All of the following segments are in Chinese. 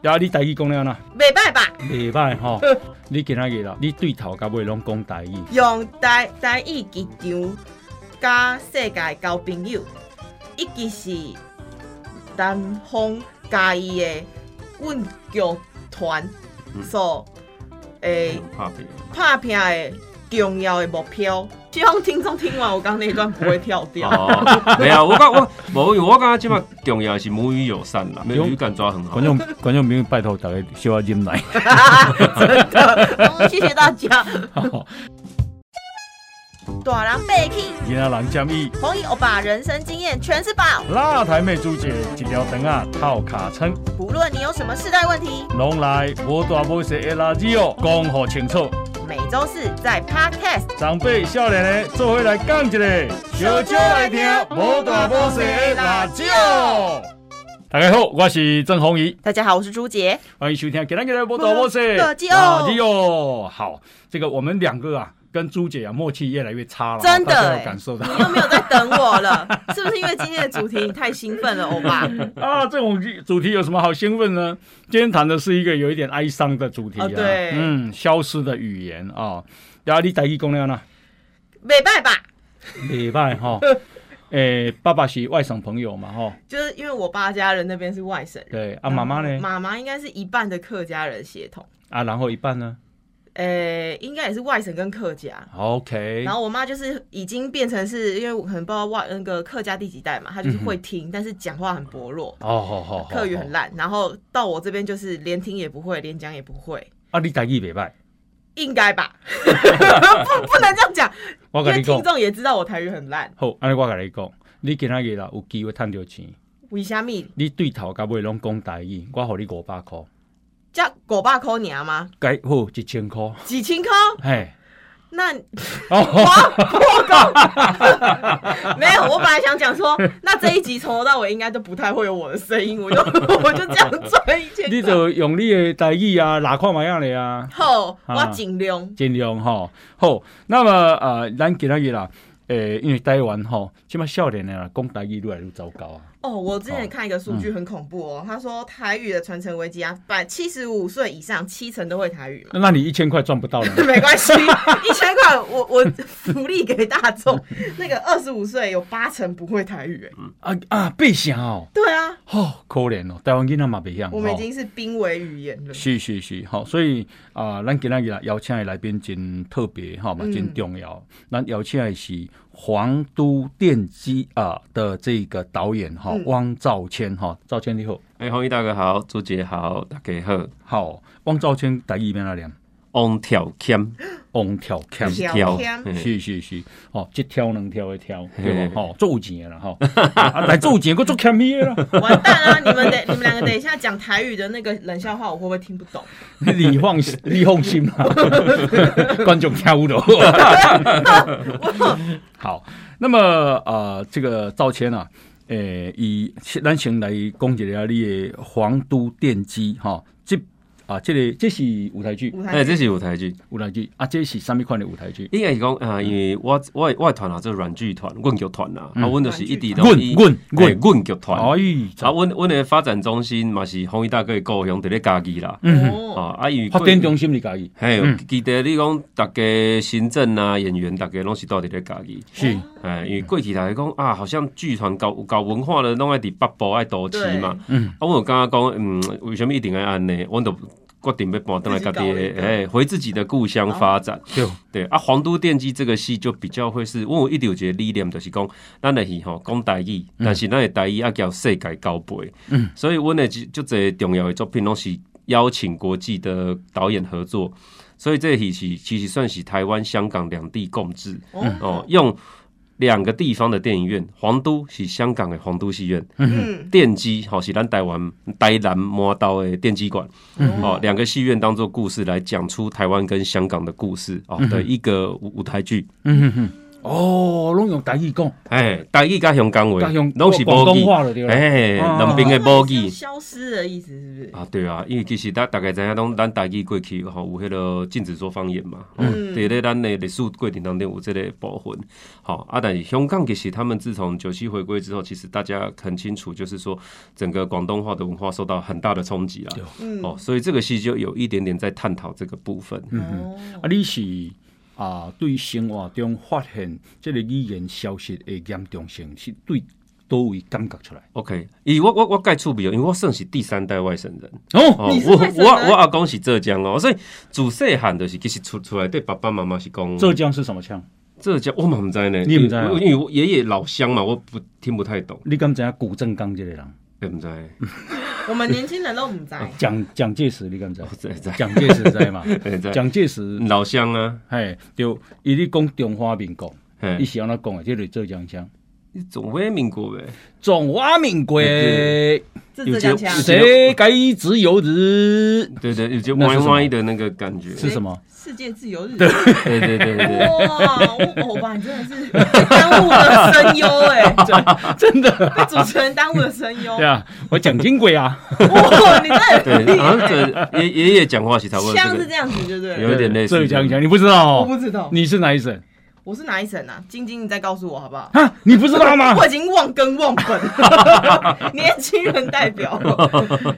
呀，啊你台语讲了呐，袂歹吧？袂歹 吼。你今仔日啦，你对头到尾拢讲台语，用台台语剧场，甲世界交朋友，一直是南方嘉义的阮剧团所诶怕别拍拼的重要的目标。希望听众听完我刚那一段不会跳掉。 哦，没有，我感我无，因为我感觉即马重要的是母语友善啦，母语感抓很好观。众观众朋友拜托大家小下忍耐。 真的，嗯谢谢大家。大人被听， 今仔人建议，红衣欧巴人生经验全是宝。辣台妹主姐一条肠啊套卡称，不论你有什么世代问题，拢来无大无小的垃圾哦，讲好清楚。每周四在 Podcast 长辈少年的做伙来讲一个，小酒来听无大无小的辣椒。哦大家好，我是郑宏仪，大家好，我是朱杰。欢迎收听《给咱给咱无大无小的辣椒椒。啊哦好，这个我们两个啊，跟朱姐啊默契越来越差了，真的大家有欸感受到。你又没有在等我 了，是不是因为今天的主题你太兴奋了，欧巴？啊，这种主题有什么好兴奋呢？今天谈的是一个有一点哀伤的主题啊，哦对嗯，消失的语言啊，然后你台语讲了呢，没办法，礼拜 哈，诶、爸爸是外省朋友嘛，哈，就是因为我爸家人那边是外省人，对啊，妈妈呢，妈妈应该是一半的客家人血统，啊，然后一半呢呃，应该也是外省跟客家。 ，OK，然后我妈就是已经变成是因为我可能不知道外那个客家第几代嘛，她就是会听，但是讲话很薄弱，嗯哦，好好好，客语很烂，烂。然后到我这边就是连听也不会，连讲也不会，啊，你台语袂歹，应 该吧？不，不能这样讲，我因跟为你讲听，众也知道我台语很烂。好，安尼我跟你讲，你今仔日啦有机会赚到钱，为虾米？你对头到尾拢讲台语，我互你五百块，加狗爸抠你啊吗？改好一千块，几千抠？嘿。 那哦， 没有，我本来想讲说，那这一集从头到尾应该都不太会有我的声音，我就 我就这样赚一千块。你就用你的台语啊，哪看卖样咧啊，好，我啊尽量。尽量吼。好，那么呃，咱今仔日啦，诶、因为台湾吼，即马少年的啦，讲台语越来越糟糕啊。哦，我之前看一个数据很恐怖哦，他说台语的传承危机啊，百七十五岁以上七成都会台语嘛。 那你一千块赚不到了，没关系，一千块我我福利给大众。那个二十五岁有八成不会台语、哎， 啊啊，八成哦，对啊，吼、可怜哦，台湾囡仔嘛袂晓。我们已吼经是濒危语言了。是是是，吼、所以啊、咱今仔日啦邀请的来宾真特别，吼、嘛嗯真重要。咱邀请的是皇都电机啊、的这个导演哈、嗯汪兆谦哈、兆谦你好，哎，欢迎大家好，朱姐好，大家好。好，汪兆谦台语要哪啊念？翁跳欠王跳欠，跳跳欠，嘿是是是，哦，一挑两挑的挑，嘿对吧？哦，做有钱的啦，吼，啊，来做有钱，我做欠你的啦。完蛋啊！你们等你们两个等一下讲台语的那个冷笑话，我会不会听不 懂？你放 心，你放心啦，观众听有 到。好，那么呃，这个赵谦啊，诶、以咱先来讲一下你的皇都电机哈、这啊，这个这是舞台剧，舞哎，台这剧是舞台剧，舞台剧啊，这是什么款的舞台剧？应该是讲啊，因为我我的我的团啊，这软剧团、阮剧团啦，啊，嗯嗯阮就是一直都阮以阮哎阮，阮剧团。哎，啊，阮阮的发展中心嘛是弘毅大哥的故乡，伫咧家己啦。嗯，哦，啊，啊，因为发展中心你介意嘿，嗯记得你讲，大家行政啊、演员，大家拢是到伫咧家己。是嗯哎，因为过去大家讲啊，好像剧团搞搞文化的，拢爱伫北部爱都市嘛。嗯啊，我有感觉讲，嗯，为什么一定要安尼？我都决定要搬倒来家己自己搞一个的，哎，回自己的故乡发展。哦对对啊，皇都电机这个戏就比较会是，因为我一直有一个理念，就是讲，咱的戏吼讲台语，但是咱的台语要交世界交杯，嗯，所以阮的就这重要的作品拢是邀请国际的导演合作，所以这戏是其实算是台湾、香港两地共治哦哦，，用两个地方的电影院，皇都是香港的皇都戏院，嗯，电机吼是咱台湾台南摸到的电机馆，嗯哦，两个戏院当嗯做故事来讲出台湾跟香港的故事哦的一个舞舞台剧。嗯哼哼，哦，拢用台语讲，哎，台语甲香港话甲用，拢是广无东语，话了对啦。哎，啊两边的无慢慢语。消失的意思是不是？啊，对啊，因为其实咱大概知影，拢咱台语过去吼有迄个禁止说方言嘛，嗯嗯，伫咧咱的历史过程当中有这个部分，好啊，但是香港其实他们自从九七回归之后，其实大家很清楚，就是说整个广东话的文化受到很大的冲击啦对，嗯，哦，所以这个戏就有一点点在探讨这个部分，哦，啊，你是啊，对生活中发现即个语言消失的严重性，是对多位感觉出来？ OK，以我我我盖趣味哦，因为我算是第三代外省人。哦，哦你，是我外省我人我阿公是浙江哦，所以自细汉就是其实出出来对爸爸妈妈是讲浙江是什么腔？浙江我嘛唔知呢，你也不知啊因为因为我爷爷老乡嘛，我不听不太懂，你敢知影啊古镇江这个人？也唔知。嗯 我们年轻人都唔知，蒋蒋介石你敢知？哦知知蒋介石知嘛？ 也知蒋介石，老乡啊，嘿，就伊咧讲中华民国，伊嘿，是安怎讲的？即个浙江腔，总归民国呗，中华民国，对这浙江有腔些有谁该自由日？对对，有些那是歪什么歪的那个感觉，是什么？世界自由日。对对对对对，哇，我欧巴，你真的是 耽误了声优哎， 真的，被主持人耽误了声优。对啊，我讲金贵啊，哇，你真的 对，好很像厉害。这爷爷爷讲话其实差不多腔是这这个，哦样子，对不对？ 有点类似浙江腔，你不知道哦？我不知道，你是哪一省 我是哪一省啊？晶晶，你再告诉我好不好？啊？你不知道吗？ 我已经忘根忘本，年轻人代表。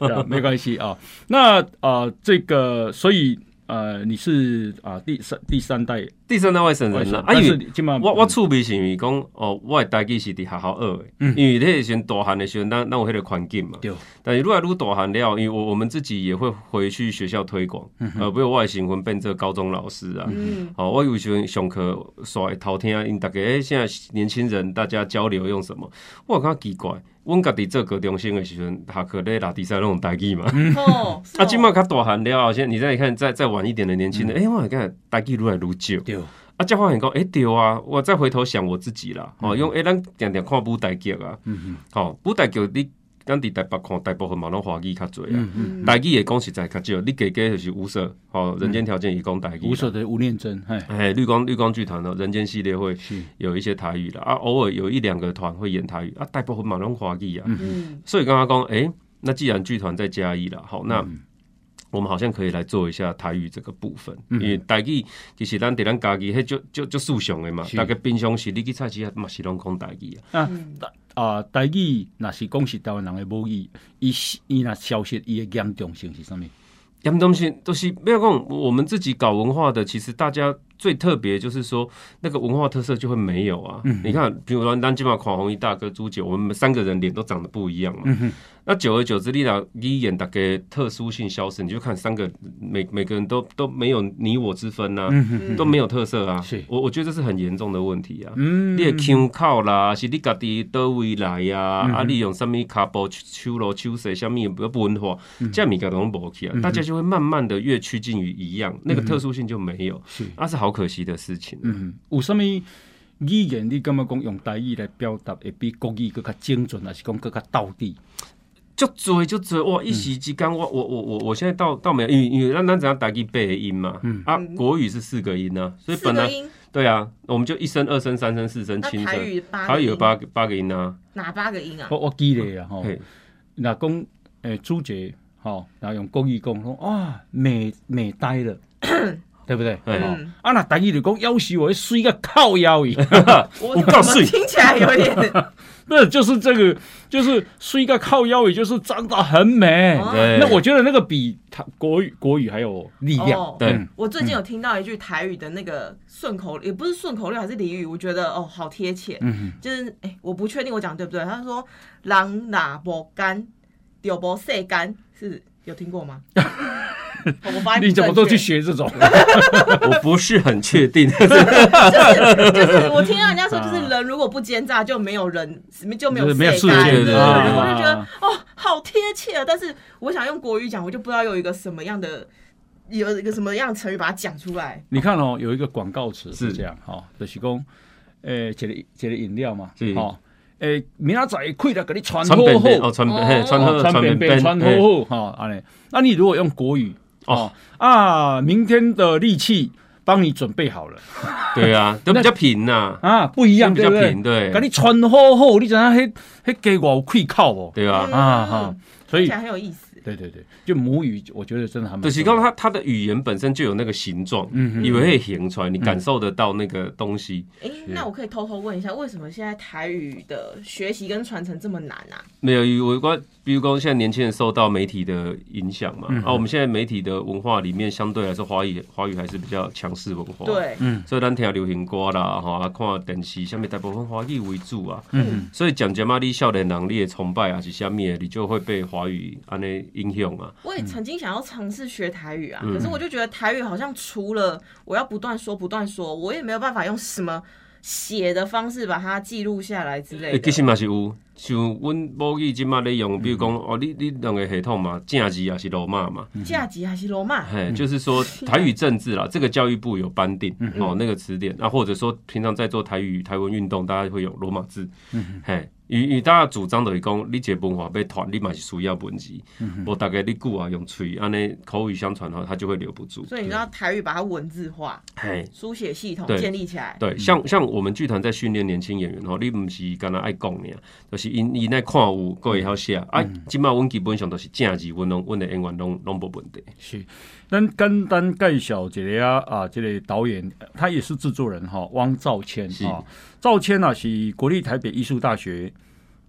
对啊没关系啊。那啊，这个，所以呃，你是啊第三第三代第三代外省外人省嗯啦，啊，但因是为。你今晚我我趣味是因为讲哦，我的台语是伫学校学的，嗯因为迄个时阵大汉的时阵，咱咱有迄个环境嘛。对但是愈来愈大汉了，因为我我们自己也会回去学校推广，嗯呃，比如我的新婚变做高中老师啊。嗯，哦，我有时阵上课煞会偷听，因大家诶现在年轻人大家交流用什么？我有感觉奇怪，阮家己做高中生的时阵，下课咧拉比赛拢台语嘛。嗯哦，是啊，哦今麦较大汉了，现在你再看再再晚一点的年轻人，诶、我我感觉台语愈来愈少。嗯对，啊，才发现讲，诶、对啊，我再回头想我自己啦，哦，因为诶，咱定定看舞台剧啊，嗯吼、舞台剧你咱伫台北看，大部分嘛拢华语较侪啊，嗯嗯，台语会讲实在较少，你加加就是无色，吼、人间条件也讲台语啦，无所的吴念真，哎，哎，绿光绿光剧团哦，人间系列会是有一些台语的啊，偶尔有一两个团会演台语啊，大部分嘛拢华语啊，嗯，所以刚刚讲，诶，那既然剧团在嘉义了，好，那。嗯我们好像可以来做一下台语这个部分，嗯因为台语其实咱伫咱家己迄就就就素常的嘛，是大家平常时你去菜市啊嘛是拢讲台语啊，啊嗯啊，台语若是讲是台湾人的母语，伊是伊若消失伊的严重性是啥物？严东西都是不要讲我们自己搞文化的，其实大家最特别就是说那个文化特色就会没有啊。你看，比如说咱今晚狂红一大哥朱姐，我们三个人脸都长得不一样嘛。那久而久之，你俩一眼大概特殊性消失，你就看三个每每个人都都没有你我之分呐、嗯嗯都没有特色啊。是我我觉得这是很严重的问题啊。嗯你的腔口啦，是你家己倒位来呀、嗯啊？啊，你用什么卡步、手咯、手势，什么文化，嗯这物件拢无去啊，大家就会慢慢的越趋近于一样，那个嗯特殊性就没有，是那是好可惜的事情。啊嗯，有啥物语言你感觉讲用台语来表达会比国语更较精准，还是讲更较到底？就追就追哇！一时之间，嗯我我我我我现在到到没有，因为因为咱咱只要打一背音嘛，嗯啊，国语是四个音啊，所以嗯四本个来音，对啊，我们就一声、二声、三声、四声、那轻台声，语八，台语有，八个八个音啊，哪八个音啊？我我记咧啊吼，嘿，若讲诶朱姐吼，然后用国语讲讲啊美美呆了，对不对？嘿吼嗯啊，若台语就讲要死我，水个靠腰伊，我我怎告么诉你听起来有 点，那就是这个，就是水个靠腰也就是长得很美。哦对，那我觉得那个比他国语国语还有力量。哦对嗯我最近有听到一句台语的那个顺口，也不是顺口溜，还是俚语，我觉得哦，好贴切。嗯就是哎、我不确定我讲对不对。他说“狼哪不干，丢不晒干”，是有听 过吗？哦我发哼，音不你怎么都去正确学这种？我不是很确 定。就是我听到人家说，就是人如果不奸诈，就没有人，就没有没有世世界，界对对对，啊我就觉得哦，好贴切啊。但是我想用国语讲，我就不知道有一个什么样的，有一个什么样的成语把它讲出来。 你看哦，有一个广告词是是这样哈、哦，就是讲，诶、一个一个饮料嘛，是哦，诶、明仔载开了给你传好穿好，便便哦，穿哦便嘿，穿哦好传便哎便便，便，传好嘿好，哈，安尼，那你如果用国语，哦哦啊，明天的力气帮你准备好了 对啊，都比较平呐，啊，不一样，比对较不对平，？对给，你穿好好，你知影迄迄给我有愧靠哦，对啊。嗯啊哈，所听以起来很有意思。对对对，就母语，我觉得真的还蛮对，其实重要刚刚它它的语言本身就有那个形状，嗯嗯以为会形出来，你感受得到那个东西。哎、那我可以偷偷问一下，为什么现在台语的学习跟传承这么难啊？没有，我关，比如说现在年轻人受到媒体的影响嘛，啊，我们现在媒体的文化里面相对来说，华语华语还是比较强势文化。。对，所以咱听流行歌啦，吼啊，看电视，下面大部分华语为主啊。嗯所以讲讲嘛，你少年人你的崇拜啊是下面，你就会被华语安尼影响啊。我也曾经想要尝试学台语啊，可是我就觉得台语好像除了我要不断说、不断说，我也没有办法用什么写的方式把它记录下来之类欸，其的。实嘛是有，像阮母语即马咧用，比如讲哦，你你两个系统嘛，正字也是罗马嘛，价值还是罗马，嘿，就是说台语政治啦，这个教育部有颁定哦那个词典，那、或者说平常在做台语台文运动，大家会有罗马字，嘿，与与大家主张的是讲，你这文化被传，你嘛是需要文字，我大概你久啊用嘴安尼口语相传的话，它就会留不住。所以你知道台语把它文字化、嘿，书写系统嗯对建立起来，对，像像我们剧团在训练年轻演员哦吼，你毋是干那爱讲尔，就是因因爱看有，个会晓写啊。即摆阮基本上都是正字，阮拢阮的演员拢拢无问题。是，咱简单介绍一个啊啊，这个导演呃他也是制作人哈、汪兆谦是啊，兆谦啊是国立台北艺术大学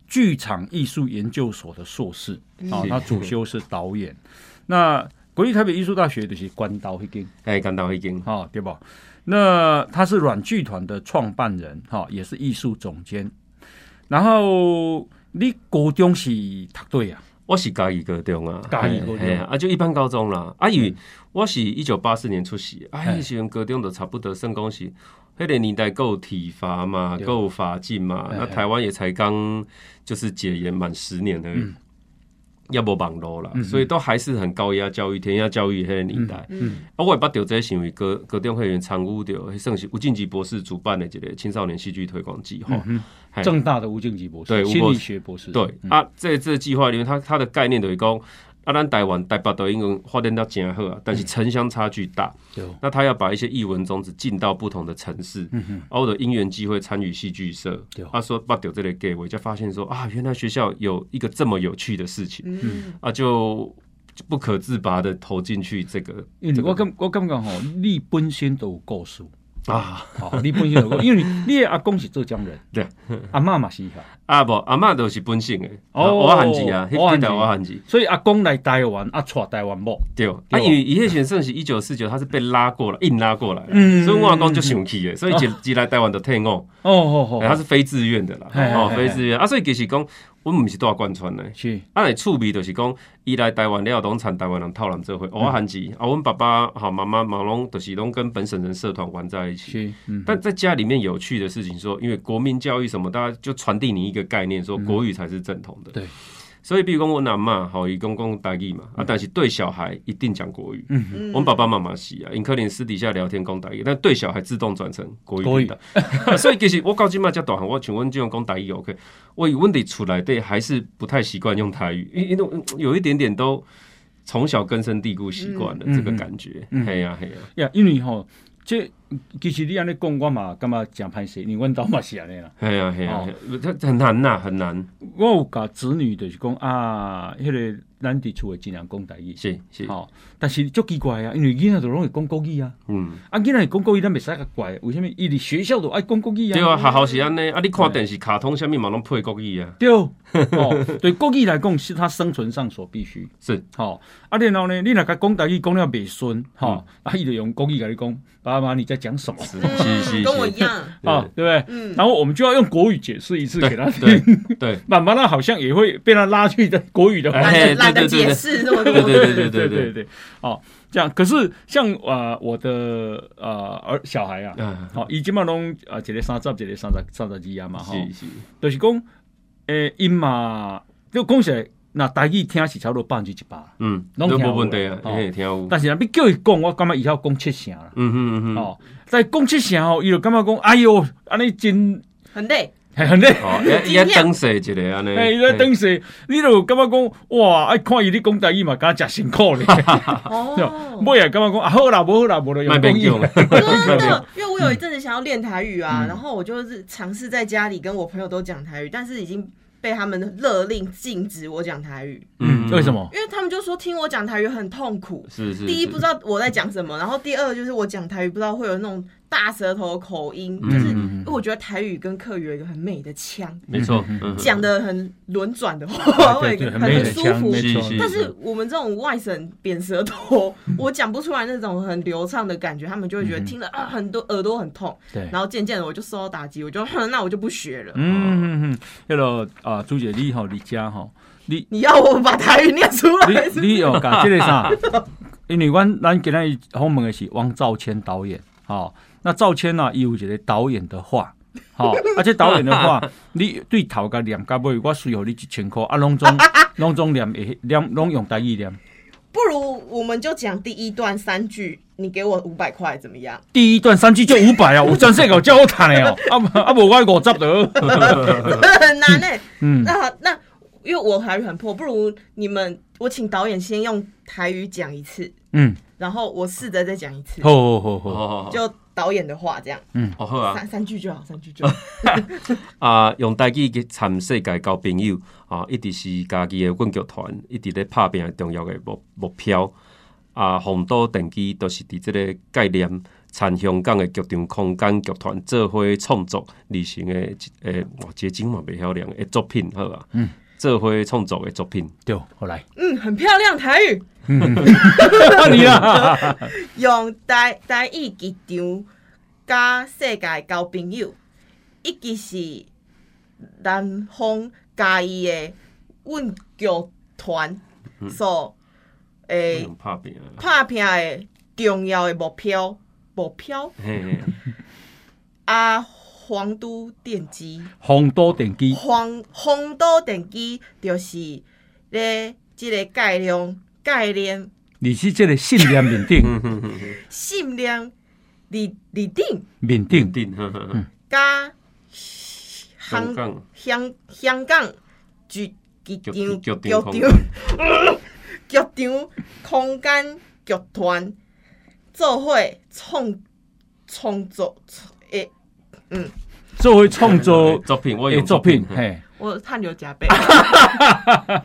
剧场艺术研究所的硕士啊，是他主修是导演。那国立台北艺术大学就是关刀一间哎，干到已经哈、啊对吧？那他是软剧团的创办人哈、也是艺术总监。然后你高中是读对啊，我是嘉义高中啊，嘉义高中嗯嘿嘿啊，啊就一般高中啦。啊，因为我是一九八四年出世，啊，嘿迄时阵高中就差不多算讲是，迄个年代够体罚嘛，对够法禁嘛，嘿那嘿台湾也才刚就是解严满十年而嗯已，要无网络啦，所以都还是很高压教育、填压教育迄个年代。嗯，啊，我也捌着这个行为，高高中会员参与着，迄算是吴敬吉博士主办的一个青少年戏剧推广计嗯划。嘿正大的吴敬吉博士，对吴心博理士学博士，对、啊，这这个计划里面，它它的概念就是讲，啊，咱台湾台北都已经发展到真好啊，但是城乡差距大，嗯对嗯那他要把一些译文种子进到不同的城市，啊，我的因缘机会参与戏剧社对，他、说把丢这类给我，就发现说啊，原来学校有一个这么有趣的事情，啊，就就不可自拔的投进去这个，因为这个我感我感觉吼，你本身都有故事，啊。吼，你本身有故事，因为你的阿公是浙江人，对，阿嬷嘛是哈，啊无，阿嬷都是本省的，哦啊我汉字啊，迄我汉迄字条我汉字，所以阿公来台湾，啊，娶台湾某，对。对啊，因为伊迄选算是一九四九，他是被拉过来，硬拉过来嗯的，所以我阿公就生气的，所以一一来台湾就退伍，哦哦哎他哦，是非自愿的啦，嘿嘿哦，嘿非自愿啊，所以其实讲，我们毋是大贯穿的。是，啊，来趣味就是讲，伊来台湾了，拢产台湾人套人做伙，嗯我汉字啊，阮爸爸好妈妈嘛拢就是拢跟本省人社团玩在一起。是，嗯，但在家里面有趣的事情说，因为国民教育什么，大家就传递你一个概念，说国语才是正统的。嗯对，所以比如讲我阿嬷吼，伊讲讲台语嘛，嗯啊，但是对小孩一定讲国语。嗯我们爸爸妈妈是啊，因可能私底下聊天讲台语，但对小孩自动转成国语国语频道。 啊所以其实我到今嘛才大汉，我像阮这种讲台语 OK，我以问题出来对还是不太习惯用台语，因因为嗯有一点点都从小根深蒂固习惯了嗯这个感觉。嘿呀嘿呀，呀，因为吼，这其实你安尼讲，我嘛感觉真歹势，因为阮兜嘛是安尼啦，嘿呀嘿呀，哦嘿呀这很难呐，很难，我有甲子女就是讲啊，迄个咱伫厝诶尽量讲台语，是是，吼，但是足奇怪啊，因为囡仔都拢会讲国语啊，嗯。啊，囡仔会讲国语，咱袂使甲怪，为什么伊伫学校都爱讲国语对啊，学校是安尼啊！你看电视、卡通，啥物嘛拢配国语啊，对，哦，对国语来讲是他生存上所必须。是吼、啊，然后呢，你若甲讲台语讲了袂顺，吼、啊，伊就用国语甲你讲，爸妈你在讲什么？嗯是嗯是是，跟我是一样，啊，对不对？嗯然后我们就要用国语解释一次给他对听，对慢慢他好像也会被他拉去的国语的环哎懒得嘿对懒得对对解对释那么对多。对对 对对对对对，哦，这样。可是像呃我的呃儿小孩啊，啊，好、伊即嘛拢啊一个三十，一个三十三十二啊嘛，吼、是是，就是讲，诶、因嘛，就讲起来，那台语听是差不多百分之一百，嗯，拢都听有无问题啊，哦嘿，听有，但是若要叫伊讲，我感觉伊晓讲七成啦。嗯哼嗯哼，哦，但讲七成吼，伊就感觉讲，哎哟，安尼真很累，嘿很累。 哦，也也等水一个安尼，哎哎，伊咧等死，你就感觉讲哇，爱看伊咧讲台语嘛，敢诚辛苦 咧。啊哦，尾也感觉讲啊，好啦，无好啦，无就卖用变讲义用， 啦。真卖变的，因为我有一阵子想要练台语嗯啊，然后我就是尝试在家里跟我朋友都讲台语，但是已经被他们勒令禁止我讲台语，嗯，为什？么？因为他们就说听我讲台语很痛苦。是嗯是，第一不知道，道我在讲什么，然后第二就是我讲台语不知道会有那种大舌头的口音，嗯就是嗯嗯因为我觉得台语跟客语有一个很美的腔，没错，嗯讲的很轮转的 话，会嗯对对，很美很的舒腔，服没。错。是是但是我们这种外省扁舌头，嗯我讲不出来那种很流畅的感觉，他们就会觉得听了啊很多耳朵很痛，对。然后渐渐的我就受到打击，我就 哼，那我就不学了。嗯嗯嗯，迄落啊，朱姐你吼，你家吼，你你要我把台语念出来是不是？你你有甲即个啥？ 因为阮咱今日访问的是汪兆谦导演，吼、那兆谦啊，伊有一个导演的话，吼、而且导演的话，你对头甲念甲尾，我随互你一千箍啊，拢总拢总念会念，拢用台语念。不如我们就讲第一段三句，你给我五百块怎么样？第一段三句就五百啊，我真是搞叫好赚的哦，啊不啊无我五十的， 真的很难哎、嗯，那好那因为我台语很破，不如你们我请导演先用台语讲一次，嗯，然后我试着再讲一次，好好好好，哦就导演的话这样，哦好啊三三句 就好，三句就好。啊，用家己去参世界交朋友啊，一直是家己的阮剧团，一直咧拍拼的重要的目目标啊，红岛电机都是伫即个概念。参香港的剧场空间剧团做伙创作类型的诶，哇，结晶嘛袂晓亮诶作品好啊，嗯，做伙创作的作品，对，好来，嗯，很漂亮台语，啊 你啦， 用台台语剧场甲世界交朋友，一个是南方家己的阮剧团所嗯诶。用拍拼的啦，拍拼的重要的目标目标嘿嘿，啊，皇都电机，红多电机，皇皇都电机就是咧即个概念概念你是这个信念面顶嗯哼哼哼，信念里里顶面顶。定，呵呵呵甲香香港。香香港剧剧场剧剧剧场场剧场空空间间 剧团做伙创创作诶。作为创作嗯作品，我的有作品，嘿，我汗流浃 背。啊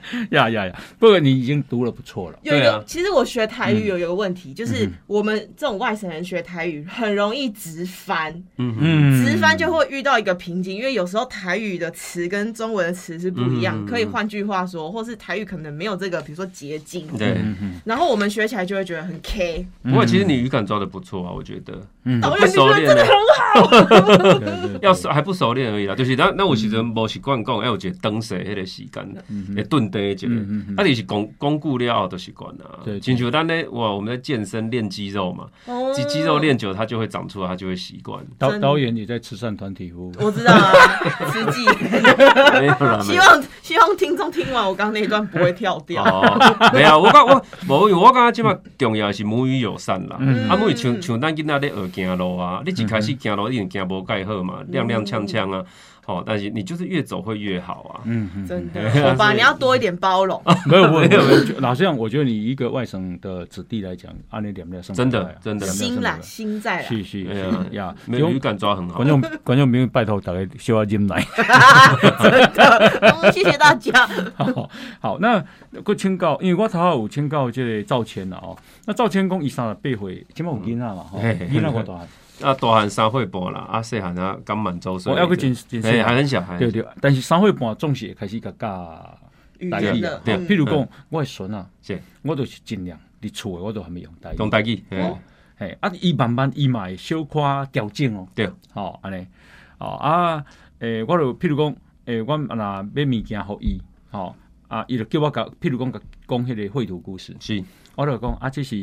呀呀呀！不过你已经读了不错了，有一对个，啊其实我学台语有一个问题，就是嗯我们这种外省人学台语很容易直翻，嗯嗯，嗯，直翻就会遇到一个瓶颈，因为有时候台语的词跟中文的词是不一样，嗯可以换句话说，或是台语可能没有这个，比如说结晶，对。嗯嗯然后我们学起来就会觉得很 K。不过其实你语感抓的不错啊，我觉得嗯导演，不你说熟的练真的很好，对对对嗯要是还不熟练而已啦，就是咱咱有时阵无习惯讲，要有一个等势迄个时间，会顿定一个嗯嗯，啊，就是巩巩固了后就习惯啦对对。亲像咱咧，哇，我们在健身练肌肉嘛，哦嗯肌肌肉。练久了它就会长出来，它就会习 惯。导真的导演也在慈善团体服务，我知道啊，实 际没有啦没希有望希望听众听完我刚刚那一段不会跳掉。哦，没有，我感我无，因为我感觉即马重要的是母语友善啦。嗯啊，母语像像咱囡仔咧学行路啊，你一开始行路一定行无介好嘛，踉踉跄跄啊。哦，但是你就是越走会越好啊。嗯嗯，真的，好吧， 所以你要多一点包容。嗯没有没有没有，就老实讲，我觉得你一个外省的子弟来讲，按你两面上真的真的心啦，心在啦。啊是是哎嗯是呀呀，没有观语感抓很好。观众观众朋友拜托大家小要忍耐。嗯谢谢大家。 好，好，那我请教，因为我头下有请教这个赵谦啦哦，那赵谦讲伊三十八岁，起码有囡仔嘛吼，嗯嘿囡仔偌大汉，啊，大汉三岁半啦，啊，细汉啊刚满周岁，我要去哦真真哎，细还很小，还很啊对小对，但是三岁半总是会开始甲教语台言语的啊，，对吼嗯譬如讲，我的孙啊是，我就是尽量伫厝诶，我都还没用台语。用大记，哎哦嘿，啊，伊慢慢伊嘛会小可调整哦。对，吼，安尼，哦啊，诶，我就譬如讲，诶，我若买物件互伊，吼，啊，伊就叫我甲，譬如讲甲讲迄个绘图故事，是，我就讲啊，这是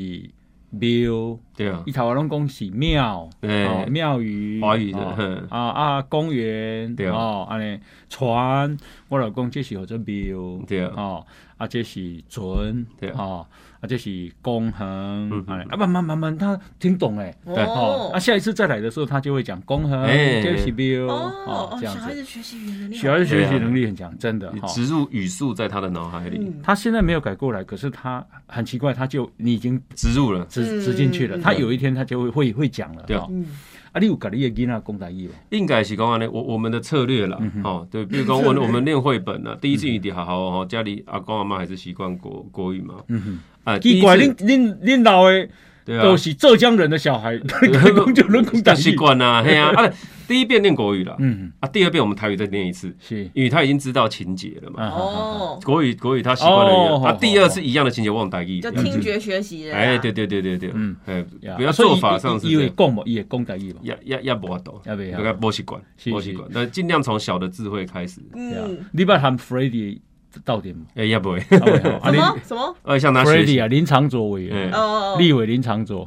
庙，对啊伊，头下拢讲是庙，对哦庙宇，华语的哦哼啊啊公园，对哦，安尼船，我老公这是叫做庙，对哦，啊这是船，对嗯哦，啊，这是工衡，哎啊，慢慢慢慢他听懂哎，对哦，啊，下一次再来的时候他就会讲工衡，哎这是 biu，哦哦，哦，这小样孩子，子学习语言能力好，小孩子学习能力很强，真的啊你哈。植入语速在他的脑海里，嗯他现在没有改过来，可是他很奇怪，他就你已经植入了。植嗯植进去了，嗯他有一天他就会会会讲了。对啊哦嗯，啊，你有跟你的囡仔讲台语吗？应该是讲安尼，我我们的策略啦，嗯哦，对，比如 讲我们我们练绘本啊，第一次一定好好哦，家里阿公阿妈还是习惯国国语嘛，嗯哼，啊，第奇一怪，次恁恁恁老的对都啊，是 浙江人的小 孩， 讲就能讲台习语。惯啦，嘿啊，啊，第一遍练国语啦，嗯，啊，第二遍我们台语再练一次，是因为他已经知道情节了嘛，啊，哦，哦，国语国语他习惯了一样，哦好啊，第二次一样的情节我用台语就念，听觉啊学习了啦，哎，对对对对对，嗯嗯，哎，呀不要啊所以做法上是伊伊这会样，讲嘛，伊会讲台语嘛。也也也不懂，也袂晓啊大概不习惯，是不习惯，但尽量从小的智慧开始，对啊嗯，，你捌含 Freddy 到点 吗？哎，也不会，啊没有啊什你么什么？呃，向他学习 Freddy，啊，林长佐委员，哎哦，哦，立委林长佐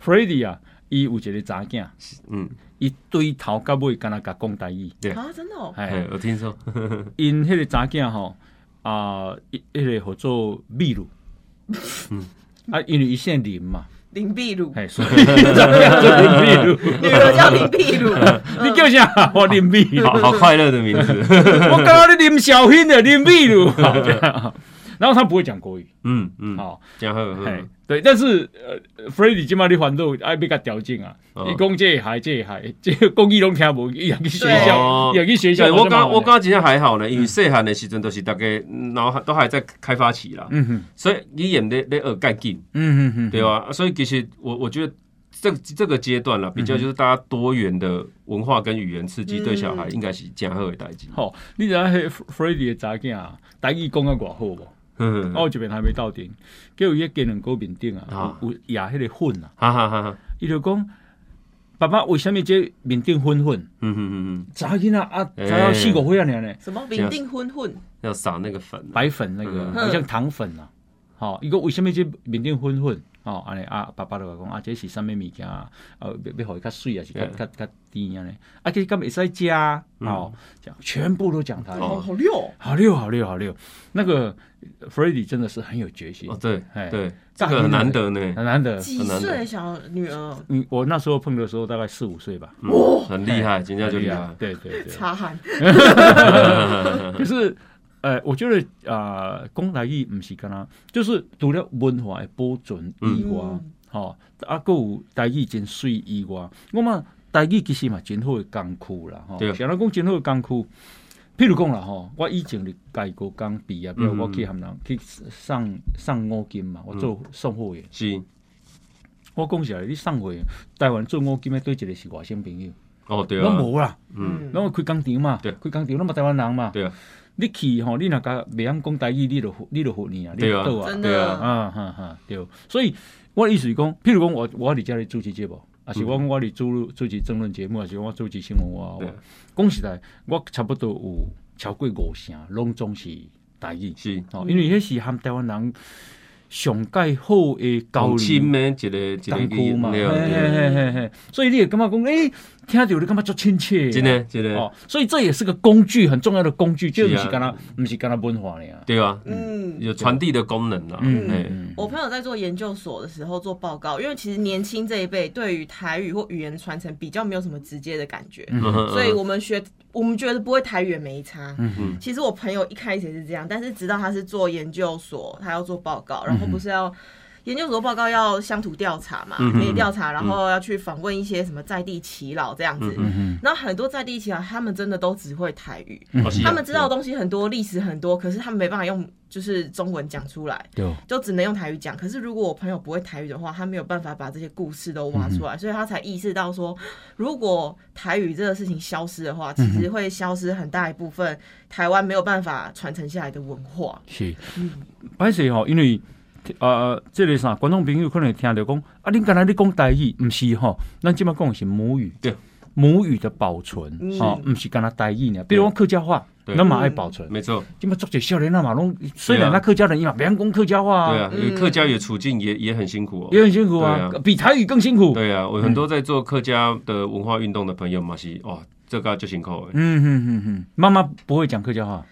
Freddy，Freddy 啊，伊有一个查囝，嗯，伊对头到尾敢若甲讲台语，啊，真的哦，哎哎，，我听说，因迄个查囝吼啊，伊迄个合作秘鲁，嗯啊，因为伊姓林嘛，林碧如，哎，所以 查囝做林秘鲁，女儿叫林 碧如，你叫啥？我林秘鲁好。好快乐的名 字，我刚刚在林小欣的林碧 如，好这样然后他不会讲国语，嗯嗯，好，嘉禾，哎嗯，对，但是呃，Freddy 今麦你烦恼爱被他调整啊，哦伊讲这海这海，这个国语拢听无，伊也去学校，哦伊也去学校对，，我这么好刚玩我，刚今天还好呢，嗯因为细汉的时阵都是大概脑海都还在开发期啦，嗯哼，所以语言咧咧学改进，嗯哼哼，对吧？所以其实我我觉得这这个阶段啦，比较就是大家多元的文化跟语言刺激，嗯对小孩应该是加贺的代 志。好，你知影迄 Freddy 的查囝啊，台语讲啊偌好无？啊嗯，我这边还没到顶，叫伊个鸡卵糕面顶啊啊，有有压迄个粉啊，哈哈哈哈，伊就讲，爸爸为什么这面顶粉粉？嗯嗯嗯嗯，查囡仔啊，哎才四五岁啊，尔呢？什么稳定混混，要撒那个粉啊，白粉那个，嗯好像糖粉啊。吼、伊讲为什么这面顶粉粉？吼、安尼啊，爸爸就讲啊，这是啥物物件啊？啊，要要互伊较水啊，是较嗯较较甜安尼。啊，这敢会使食啊？哦，讲全部都讲他。好好溜哦，好溜，好溜，好溜！那个 f r e d d y 真的是很有决心哦，，对哎对，这大个很一点难得呢，呃很难得。几岁的小女儿，你我那时候碰的时候大概四五岁吧，嗯很厉害，今天就很厉厉害害，对对对。擦汗，可是，呃，我觉得啊，呃讲、台语唔是干啦，就是除了文化的保存以外，吼、嗯啊，还有台语真水以外，我嘛台语其实嘛真好的工具啦，吼、对像咱讲真好的工具。譬如讲啦吼，我以前咧外国刚毕啊业，比如嗯我去含人去上上五金嘛，我做嗯送货员。是我讲实话，你送货员，台湾做五金的对一个是外省朋友，哦，对啊我，无啦，嗯，咱有开工厂嘛，对开工厂，咱嘛台湾人嘛，对啊，你去吼，你若甲袂晓讲台语，你就你就服你啊，你对啊倒啊真，对的啊啊哈哈，对。所以我的意思是讲，譬如讲我我伫遮咧主持节目，啊是我我伫主主持争论节目，啊是我主持新闻我嗯对啊，讲实在，我差不多有超过五成拢总是台语，是。吼，因为迄是含台湾人上介好的交搞流亲。的一个一个港区嘛，对嘿啊对啊嘿嘿嘿，所以你也感觉讲，诶，听到你感觉足亲切啊，真的真的哦，所以这也是个工具，很重要的工具，就是啊不是干那，不是干那文化呀。对啊，嗯。有传递的功能啊，嗯嗯，嗯，我朋友在做研究所的时候做报告，因为其实年轻这一辈对于台语或语言传承比较没有什么直接的感觉，所以我们学我们觉得不会台语也没差。嗯其实我朋友一开始也是这样，但是直到他是做研究所，他要做报告，然后不是要。研究所报告要乡土调查嘛，嗯嗯哼田野调查，然后要去访问一些什么在地耆老这嗯样子。然后很多在地耆老，他们真的都只会台语，哦是啊他们知道的东西很多，历史很多，可是他们没办法用就是中文讲出来。对，就只能用台语讲。可是如果我朋友不会台语的话，他没有办法把这些故事都嗯挖出来，所以他才意识到说，如果台语这个事情消失的嗯话，其实会消失很大一部分台湾没有办法传承下来的文化。是。歹势嗯吼，因为呃，这个啥，观众朋友可能会听到讲，啊，恁刚才你讲台语，不是吼，咱即摆讲的是母语，对，母语的保存嗯，吼，不是干那台语呢。比如讲客家话，对嗯咱嘛爱保存。没错，即摆作者少年啊嘛，拢虽然那客家人伊嘛袂晓讲客家话对啊，啊，因为客家语处境也也很辛苦哦也。很辛苦啊对，比台语更辛苦。对啊，我很多在做客家的文化运动的朋友嘛是哦，这个就辛苦的。嗯嗯嗯嗯嗯，妈妈不会讲客家话，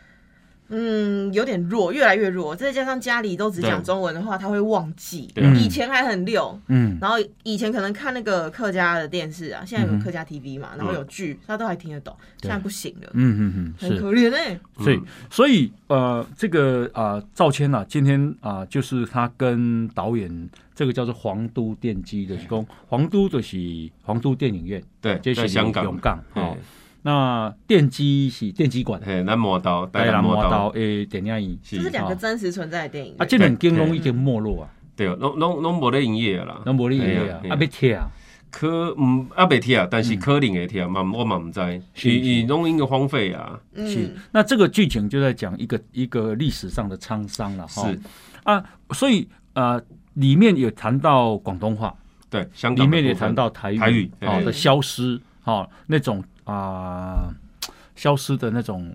嗯，有点弱，越来越弱。再加上家里都只讲对中文的话，他会忘记。对啊嗯以前还很溜，嗯，然后以前可能看那个客家的电视啊，现嗯在有哼客家 TV 嘛，然后有剧，他都还听得懂。对现在不行了，嗯嗯嗯，很是。可怜哎。所以嗯，所以呃，这个啊，赵谦啊，今天啊、就是他跟导演这个叫做皇都电机的工，皇都就是皇都电影院，对，这在是香永港，港哦嘿。那电机是电机馆，嘿，南磨刀，台南南摩磨刀，诶电影院哦这是是，两个真实存在的电影啊，这两间拢已经没落啊，对，拢拢拢无咧营业啦，拢无你嘿个啊，啊嘿啊要拆啊，可嗯啊袂听，但是可能会听，嘛我嘛毋知，是伊伊拢应该荒废啊，是嗯，。那这个剧情就在讲一个一个历史上的沧桑了是哈。啊，所以呃，里面有谈到广东话，对，香港里的面也部分谈到台语，台语好、哎的消失，好、那种啊、消失的那种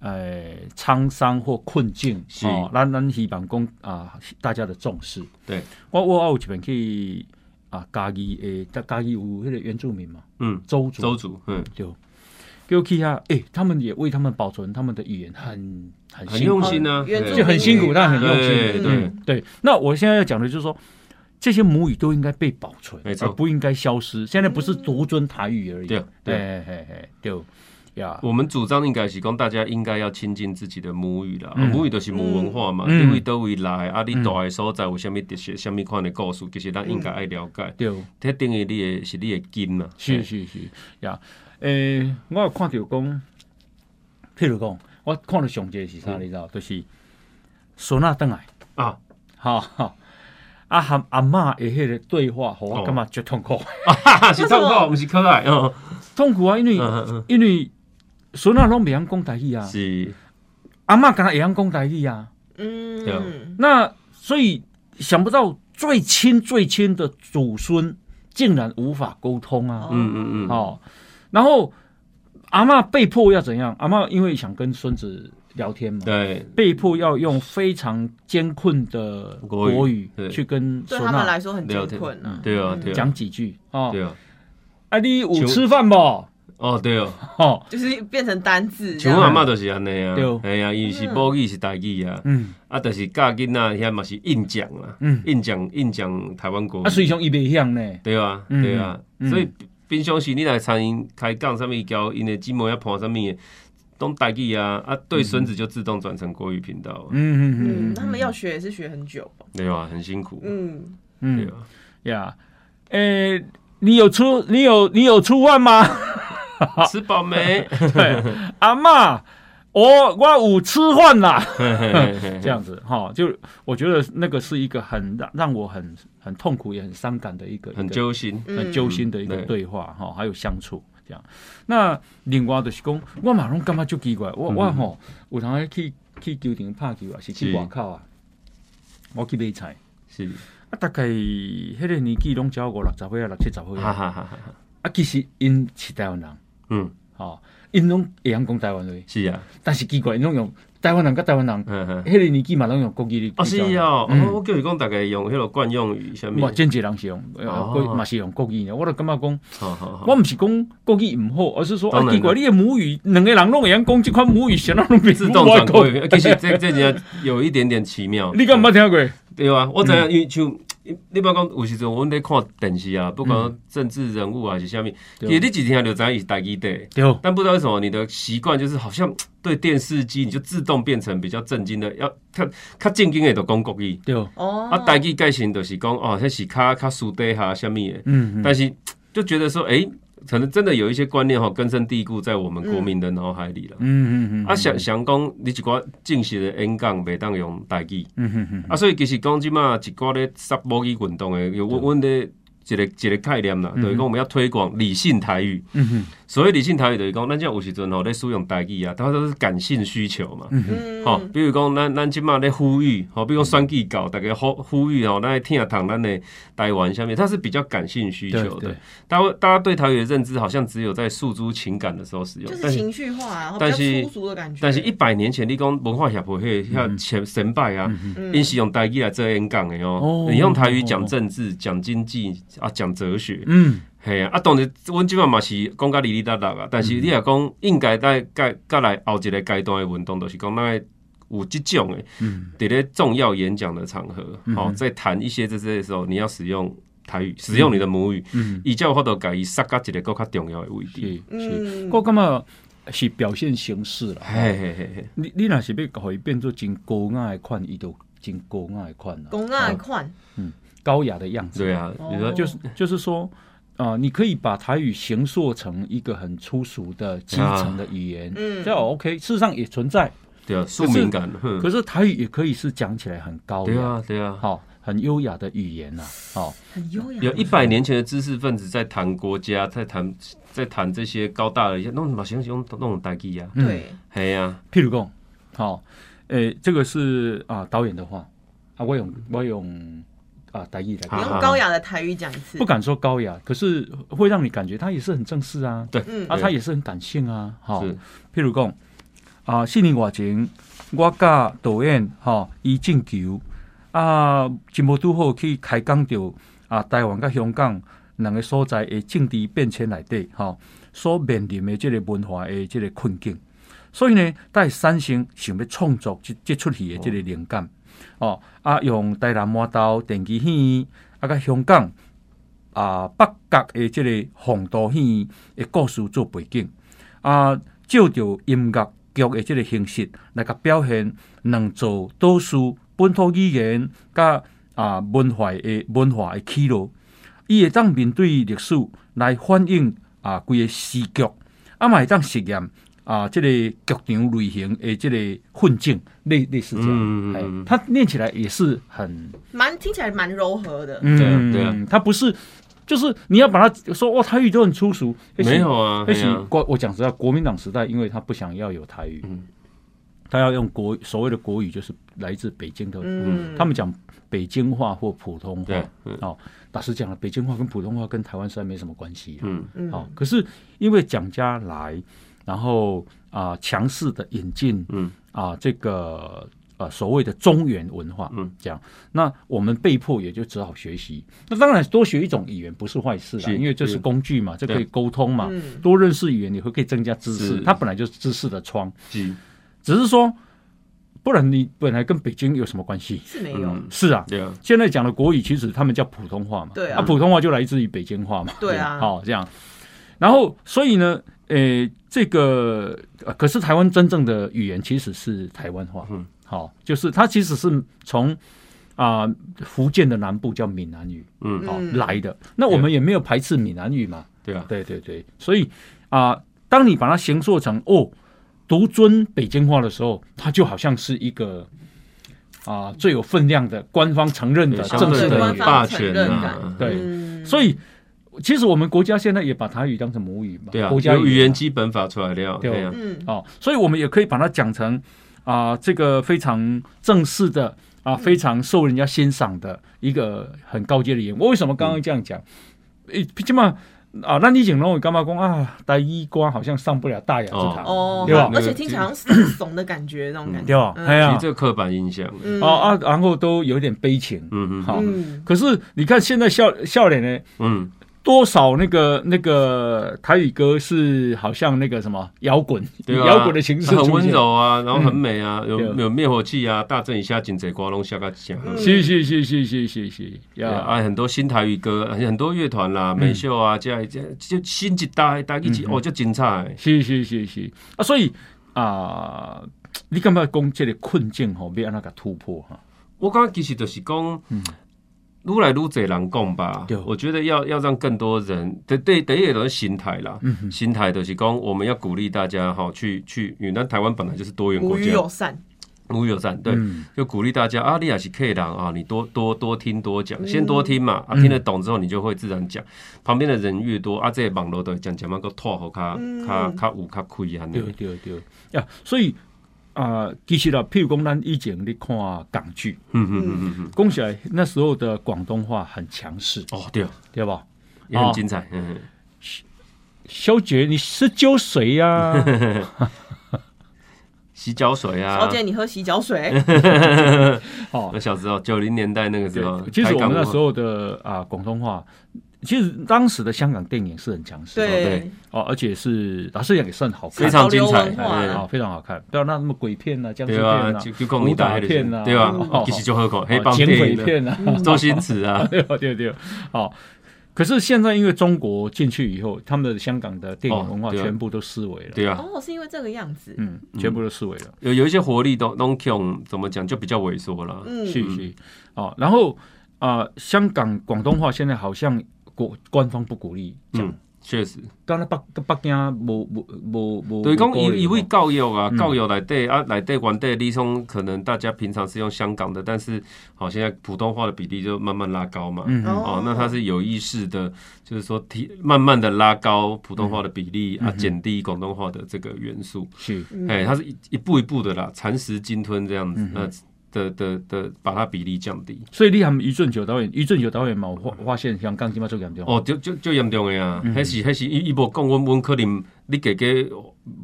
呃沧桑或困境，是哦，咱咱希望讲啊、大家的重视。对，我我有一本去啊嘉义诶，嘉嘉义有迄个原住民嘛，嗯，周族周主，嗯，对，就去啊，诶、他们也为他们保存他们的语言很很很辛苦用心啊，原住嘿就很辛苦，但很用对心。对嗯对。那我现在要讲的就是说，这些母语都应该被保存，没错而不应该消失。现在不是独尊台语而已。对对嘿嘿嘿，对呀，我们主张应该是讲，大家应该要亲近自己的母语啦，嗯母语就是母文化嘛，嗯你为倒位来，啊，你住的所在有啥物特色，啥物款的故事，其实咱应该爱了解，对，这等于你的是你的根啦。是嘿，是是呀。诶，我有看到讲，譬如讲，我看到上节是啥，嗯你知道，就是孙仔登来，啊， 哈哈。啊，含阿嬷的迄个对话，互我哦感觉足痛苦，哈哈，啊是为什痛么苦，不是可爱，嗯痛苦啊！因为、嗯嗯因为孙仔拢袂晓讲台语啊嗯，，是，阿嬷敢若会晓讲台语啊，对啊嗯，那所以想不到最亲最亲的祖孙竟然无法沟通啊！嗯嗯嗯，哦，然后阿嬷被迫要怎样？阿嬷因为想跟孙子聊天嘛，对，被迫要用非常艰困的国语国语对去跟对孙他们娜来说很艰困啊。对啊，对啊讲，几句哦。对啊，啊，你有吃饭不？哦，对啊。哦，嗯就是变成单字这像样。阮阿嬷就是安尼啊对，哎呀，伊是母语是台语啊，嗯，啊，但是教囡仔遐嘛是硬讲啦嗯，硬讲硬讲台湾国语啊，。所以讲伊袂晓呢。对啊，嗯对啊，嗯所以平常时你来参因开讲啥物，交因的姊妹啊伴啥物的，拢台语啊，啊对孙子就自动转成国语频道啊，嗯嗯嗯嗯，嗯，他们要学也是学很久吧。对啊，很辛苦，嗯，对嗯啊，呀，诶，你有出你有你有出饭吗？ 吃饱没？ 对，阿嬷，我我有吃饭啦，这这样子哈、就我觉得那个是一个很让让我很很痛苦也很伤感的一个很一个揪心，嗯很揪心的一个嗯对话哈、还有相处这样。那另外就是讲，我马龙感觉就奇怪，嗯我、我吼有通去去球场拍球啊，是去是外口啊，我去买菜。是，啊，大概迄个年纪拢只有五六十岁啊，六七十岁哈啊。哈哈哈，啊，其实因是台湾人，嗯，吼、因拢会晓讲台湾话。是啊，但是奇怪，拢用台湾人甲台湾人，嗯嗯，迄个年纪嘛拢用国语咧。哦是哦，嗯哦我叫伊讲大概用迄个惯用语，啥物，嘛，真侪人是用，呃哦国嘛是用国语的。我就感觉讲，好好好我，毋是讲国语毋好，而是说当然啊，啦奇怪，你的母语两个人拢会晓讲即款母语，谁人拢变自动转国语，其实这这真的有一点点奇妙，你敢毋捌听过？对啊，我知影，因为像你别讲，有时阵阮咧看电视啊，不管政治人物啊是啥物，对其实你几天就知影伊是台语的，对，但不知道为什么你的习惯就是好像对电视机你就自动变成比较震惊的，要较较正经的就讲国语，对，哦，啊台语改成就是讲哦，迄是较较私底下啥物的，嗯，但是就觉得说，诶，可能真的有一些观念哈根深蒂固在我们国民的脑海里了。嗯嗯嗯，啊，想想讲你一寡正式的演讲袂当用台语。嗯嗯嗯，啊，所以其实讲即马一个咧杀母语运动的，有阮阮咧一个一个概念啦，就是讲我们要推广理性台语。嗯嗯所谓理性台语，就是讲咱像有时阵吼咧使用台语啊，它都是感性需求嘛。嗯，吼、比如讲咱咱即马咧呼吁，吼、比如讲选举搞，大家呼呼吁吼，咱来听谈咱的台湾下面，它是比较感性需对求的对。，大家大家对台语的认知好像只有在诉诸情感的时候使用就，是但是情绪化，然后比但较是粗俗的感觉。但是一百年前你讲文化协会迄遐前神拜啊，嗯因是用台语来做演讲的哦哦，你用台语讲政治、讲经济啊、讲哲学，嗯嘿啊，啊当然，阮即满嘛是讲嗯甲哩哩达达啊，但是你若讲应该在甲甲来后一个阶段的运动，就是讲咱的有这种诶，嗯伫咧重要演讲的场合，好、在谈一些这些的时候，你要使用台语，使用你的母语，嗯，伊才有法度甲伊塞到一个更较重要的位置。是是，嗯，我感觉是表现形式啦。嘿嘿嘿嘿，你你若是要搞伊变做真高雅的款，伊就真高雅的款啦，公啊款，高雅的样子。对啊，哦你说就就是是就是说，啊、你可以把台语形塑成一个很粗俗的基层的语言，嗯这样 OK，事实上也存在。对啊，庶民感，哼可是台语也可以是讲起来很高对雅，啊对啊。好、很优雅的语言呐、好、很优雅。有一百年前的知识分子在谈国家，在谈在谈这些高大的一些，弄嘛想用弄代志啊，对，嘿呀，譬如讲，好、诶、这个是啊、导演的话啊，我用我用啊台语来你讲，好用高雅的台语讲一次不，敢说高雅，可是会让你感觉他也是很正式啊，对，嗯啊，对他也是很感性啊，好、是譬如讲啊，四年外前，我甲导演吼伊进球啊，真无拄好去开讲着啊，台湾甲香港两个所在诶政治变迁内底吼，所面临诶即个文化诶即个困境，所以呢，才产生想要创作即即出戏诶即个灵感哦啊，用台南码头电机戏啊，甲香港。啊，北角诶，即个红都戏诶故事做背景，啊，照着音乐剧的即个形式来甲表现两座岛屿本土语言甲啊文化的文化的起落，伊会当面对历史来反映啊规个时局，啊嘛会当实验啊即、个剧场类型的即个混境，类类似这样。嗯嗯嗯哎嗯它念起来也是很，蛮听起来蛮柔和的。嗯，对啊，它不是，就是你要把它说哇，台语都很粗俗，而且没有啊，而嘿且呀，国我讲实在，国民党时代，因为他不想要有台语，嗯他要用国所谓的国语，就是来自北京的，嗯，他们讲北京话或普通话对。，嗯哦，老实讲了，北京话跟普通话跟台湾实在没什么关系、啊。嗯，嗯哦，可是因为蒋家来，然后啊、强势的引进，嗯啊、这个呃所谓的中原文化，嗯，这样，那我们被迫也就只好学习。那当然多学一种语言不是坏事啦，是因为这是是工具嘛，这可以沟通嘛，嗯多认识语言你会可以增加知识，是它本来就是知识的窗，是，只是说，不然你本来跟北京有什么关系？是没有，嗯，是啊，对啊，现在讲的国语，其实他们叫普通话嘛，对啊啊，普通话就来自于北京话嘛，对啊好、这样，然后所以呢，呃，这个、呃可是台湾真正的语言其实是台湾话，嗯，好、就是它其实是从啊、福建的南部叫闽南语，嗯好、嗯来的，那我们也没有排斥闽南语嘛，对啊，对对对，所以啊、当你把它形塑成哦独尊北京话的时候，它就好像是一个啊、最有分量的官方承认的对相嗯正对式对的的语官言。方霸权啊，对，嗯所以其实我们国家现在也把台语当成母语嘛，对啊，国家有语言言基本法出来了，对啊对啊，嗯哦，所以我们也可以把它讲成啊、这个非常正式的啊、嗯非常受人家欣赏的一个很高阶的演员。我为什么刚刚这样讲？诶、起码啊，那你讲让我干嘛讲啊？大衣瓜好像上不了大雅之堂，哦，对吧而且听起来好像怂怂的感觉，那种感对觉。吧？嗯哎其呀、实这个刻板印象，嗯嗯哦啊，然后都有点悲情。嗯好嗯，可是你看现在笑笑脸呢，嗯，多少那个那个台语歌是好像那个什么摇滚，对啊，摇滚的形式很出温现。柔啊，然后很美啊，有对啊啊有灭火器啊，大阵一下，紧贼瓜龙下个响。嗯是是是是是是是对呀。啊，很多新台语歌，很多乐团啦、嗯美秀啊，这样这样就新一代，大家一起哦，就精彩。是是是是啊，所以啊、你感觉讲这个困境吼、要安怎甲突破哈、我刚刚其实就是讲，愈来愈侪人讲吧对，我觉得要要让更多人，对对，第一个就是心态啦，心态就是讲我们要鼓励大家哈，去去，因为咱台湾本来就是多元母国语家，友善，母语友善，对，嗯就鼓励大家啊，你也是客人啊，你多多多听多讲，先多听嘛，啊，听得懂之后你就会自然讲，旁边的人越多啊，这个网络都会讲讲嘛个拓好卡嗯卡卡有卡开啊安对尼，对对呀、所以啊、其实啊，譬如讲咱以前咧看港剧，嗯嗯嗯嗯嗯，讲起来那时候的广东话很强势，哦对，对吧？也很精彩，嗯，嗯小姐，你是揪谁啊呀、洗脚水啊，小姐，你喝洗脚水，哦，我小时候九零年代那个时候哦对，，其实我们那时候候的啊广、东话其实当时的香港电影是很强势，对对，哦，而且是老师也算好看非，常精潮彩流文，化哎哎好非常好看，不要那什么鬼片啊、僵尸对片啊，啊就、就讲你打武打片啊对吧哦？其实就喝口黑哦帮警匪电影片啊，，啊，周星驰啊 对对对，哦。可是现在因为中国进去以后，他们的香港的电影文化哦对啊全部都思维了，对啊，哦，是因为这个样子，嗯，全部都思维了。有有一些活力都 n o n k o n 怎么讲就比较萎缩了。嗯，是是，哦，然后啊、呃香港广东话现在好像国官方不鼓励讲嗯，，确实，当然北北京无无无无，对，讲无鼓励一一位哦教友啊，嗯教友来对啊，来对玩对立松，可能大家平常是用香港的，但是好现在普通话的比例就慢慢拉高嘛。嗯哦哦，那他是有意识的，就是说提慢慢的拉高普嗯通话的比例啊，减低广东话的这个元素。是嗯哎，它是一一步一步的啦，蚕食鲸吞这样子，呃的的的，把它比例降低。所以你含于俊九导演，于俊九导演嘛，有发发现香港今麦最严重。哦，就就就严重的啊！迄是迄是伊伊无讲，阮阮可能你家家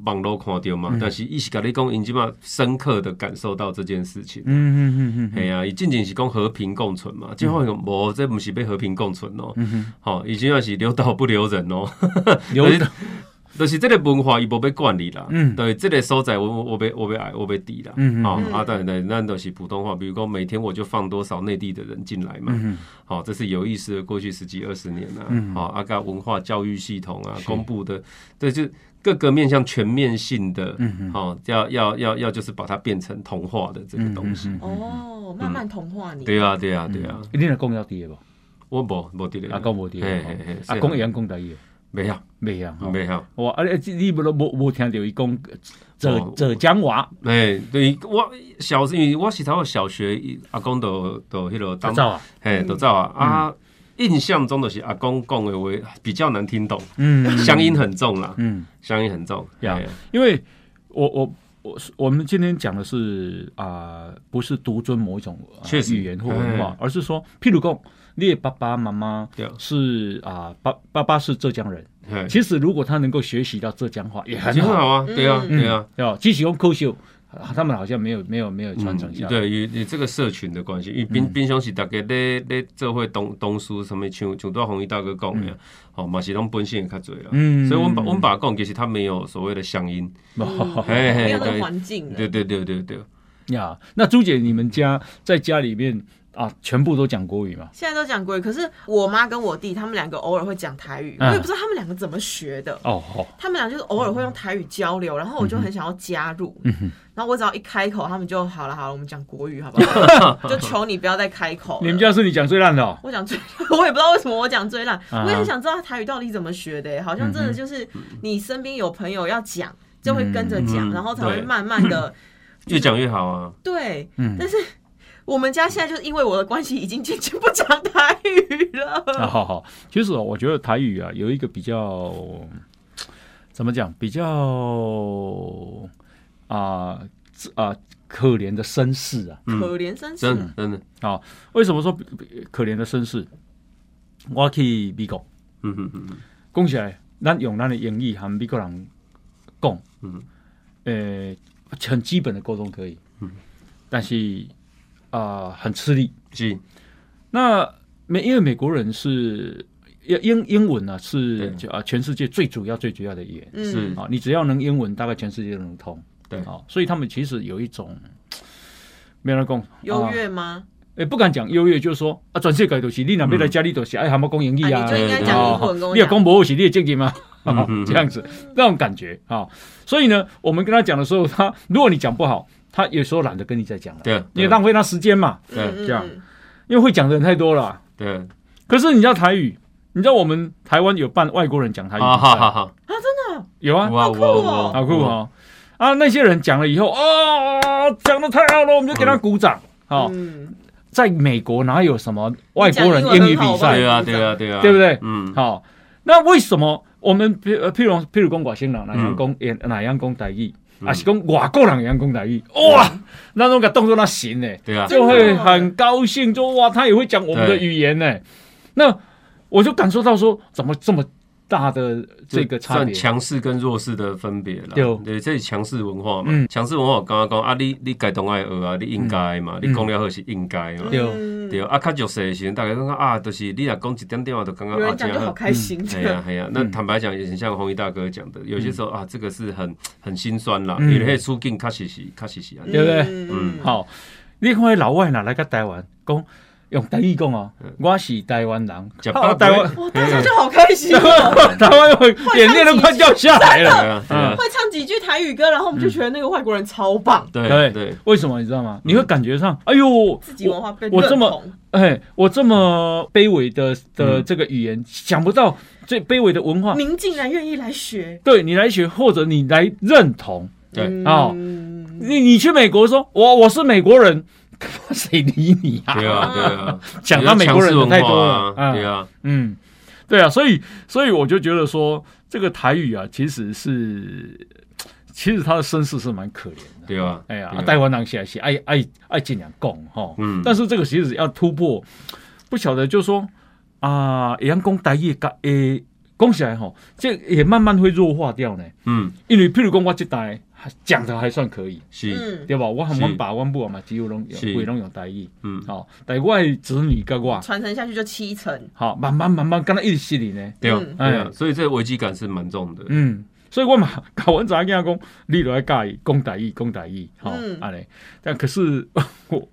网络看到嘛，但是伊是甲你讲，因即马深刻的感受到这件事情。嗯嗯嗯嗯系啊，伊进前是讲和平共存嘛，最后讲无，这毋是要和平共存咯。吼、伊即马是留岛不留人哦咯。嗯，有的就是这个文化伊无要管理啦，嗯对，这个所在我我我要我要爱我要治啦，嗯嗯哦嗯啊，当然咱都是普通话，比如讲每天我就放多少内地的人进来嘛，嗯好、这是有意识的过去十几二十年啦，嗯好、啊噶文化教育系统啊是，公布的，对，就各个面向全面性的，嗯嗯好、要要要要就是把它变成同化的这个东西，嗯嗯嗯哦，慢慢同化你，对啊对啊对啊，嗯你若讲要滴无？我无无伫咧，阿公无滴，嘿嘿嘿阿公会晓哦啊讲台语，没有袂晓吼。没有。哇，啊你你无无无听到伊讲浙哦浙江话，哎，对，我小时，因为我是头小学阿公都都迄落知当，道啊？嘿，都走啊嗯啊。印象中都是阿公讲的话比较难听懂，嗯，乡音很重啦，嗯，乡音很重。呀嘿因为我我我是我们今天讲的是啊、不是独尊某一种、呃确实哎语言或文化，而是说，譬如讲，你的爸爸妈妈对是啊、爸爸爸是浙江人，嘿，其实如果他能够学习到浙江话，也其很实好，好啊，对啊，嗯对啊，，对吧？即使用口秀，啊他们好像没有没有没有传承下来，嗯嗯对，与与这个社群的关系，因为冰冰兄是大家咧咧做会东东叔什么像像大红一大哥讲的啊，哦，嘛是拢本性较侪啦。嗯所以我们把我们把讲，其实他没有所谓的乡音。嗯，嘿嘿没有那个对环境了对，对对对对，呀。那朱姐，你们家在家里面啊，全部都讲国语吗？现在都讲国语，可是我妈跟我弟他们两个偶尔会讲台语，嗯我也不知道他们两个怎么学的。哦，好、他们俩就是偶尔会用台语交流，然后我就很想要加入，然后我只要一开口，他们就好了好了，我们讲国语好不好？就求你不要再开口了。你们家是你讲最烂的、哦。我讲最， 我也不知道为什么我讲最烂，啊我也很想知道台语到底怎么学的耶，欸好像真的就是你身边有朋友要讲，就会跟着讲，嗯然后才会对慢慢的越讲越好啊。对。嗯 但是我们家现在就是因为我的关系，已经渐渐不讲台语啊，了。好好，其实哦我觉得台语啊有一个比较怎么讲，比较啊自啊可怜的身世啊。可怜真是真，的真的，啊，为什么说可怜的身世？我去美国，嗯嗯嗯，嗯讲起来，咱用咱的英语和美国人讲，嗯，呃，很基本的沟通可以，但是啊、很吃力。是，那美因为美国人是英英英文呢、啊、是对啊全世界最主要最主要的语言嗯是啊，你只要能英文，大概全世界都能通。对啊，所以他们其实有一种没人讲优，啊越吗？诶不敢讲优越，就是说啊，全世界都是你那边来家里都是爱喊我讲英语啊，啊你就，应该讲英文跟我你也讲。讲不好是你的责任吗？哦嗯嗯这样子那种感觉啊，所以呢，我们跟他讲的时候，他如果你讲不好，他有时候懒得跟你再讲了，对，因为浪费他时间嘛，对嗯这样，嗯因为会讲的人太多了。对，可是你知道台语，你知道我们台湾有办外国人讲台语比赛，好好好好，有啊，好酷哦好酷！哦！啊，那些人讲了以后，哦，讲的太好了，我们就给他鼓掌。好，嗯，在美国哪有什么外国人英语比赛对？啊对啊对啊，对不对嗯，好，那为什么我们譬呃譬如譬如讲外省人哪样讲也哪样讲台语，嗯还是讲外国人哪样讲台语？哇，那种个动作那行呢？对啊，就会很高兴，就哇，他也会讲我们的语言呢。那我就感受到说，怎么这么大的这个差算别。强势跟弱势的分别啦。对对，这是强势文化嘛嗯。强势文化，我刚刚讲啊，你你该懂爱学啊，你应该嘛，你讲了好是应该嘛。对哦嗯对啊，较弱势的时候，大家感觉啊，就是你若讲一点点话，就感觉有啊，人讲就真好好。开心哎 呀的，哎呀，那嗯坦白讲，也很像红衣大哥讲的，有些时候啊，这个是很很心酸啦，嗯因为那个处境确实是确实是安啊尼。对不对嗯好、你看那老外哪来个台湾讲用台语讲哦，我是台湾人，吃啊嗯饱台湾哇，大 家就好开心 哦， 台湾眼泪都快掉下来了。对啊，对嗯啊，会唱几句台语歌，然后我们就觉得那个外国人超棒，对对对，嗯为什么你知道吗？你会感觉上，哎呦，我自己文哦化被我这认么同，哎，我这么卑微的的嗯这个语言，想不到最卑微的文啊化，您竟然愿意来学，对你来学或者你来认同。对嗯哦你你去美国说，我我是美国人， 谁理你 啊？对啊，对啊，讲到美国人的太多了强势文，化啊对嗯啊，嗯，对啊，所以所以我就觉得说，这个台语啊，其实是其实他的身世是蛮可怜的。对啊，哎呀，啊对啊台湾人写写爱爱爱尽量讲哈，嗯但是这个其实要突破，不晓得就是说啊，阳光台语甲诶，讲起来吼，这也慢慢会弱化掉呢。嗯，因为譬如讲我这代还讲的还算可以，是，嗯，对吧？我和是阮爸阮母嘛，只有拢是会拢用台语，哦嗯，好，但我的子女甲我，传承下去就七 成，好，慢慢慢慢，敢若一直是你呢，对啊，嗯对啊哎，所以这个危机感是蛮重的。嗯，所以我嘛， 搞完查囝讲，你都要教伊讲台语，讲台语，吼、嗯安尼、但可是 我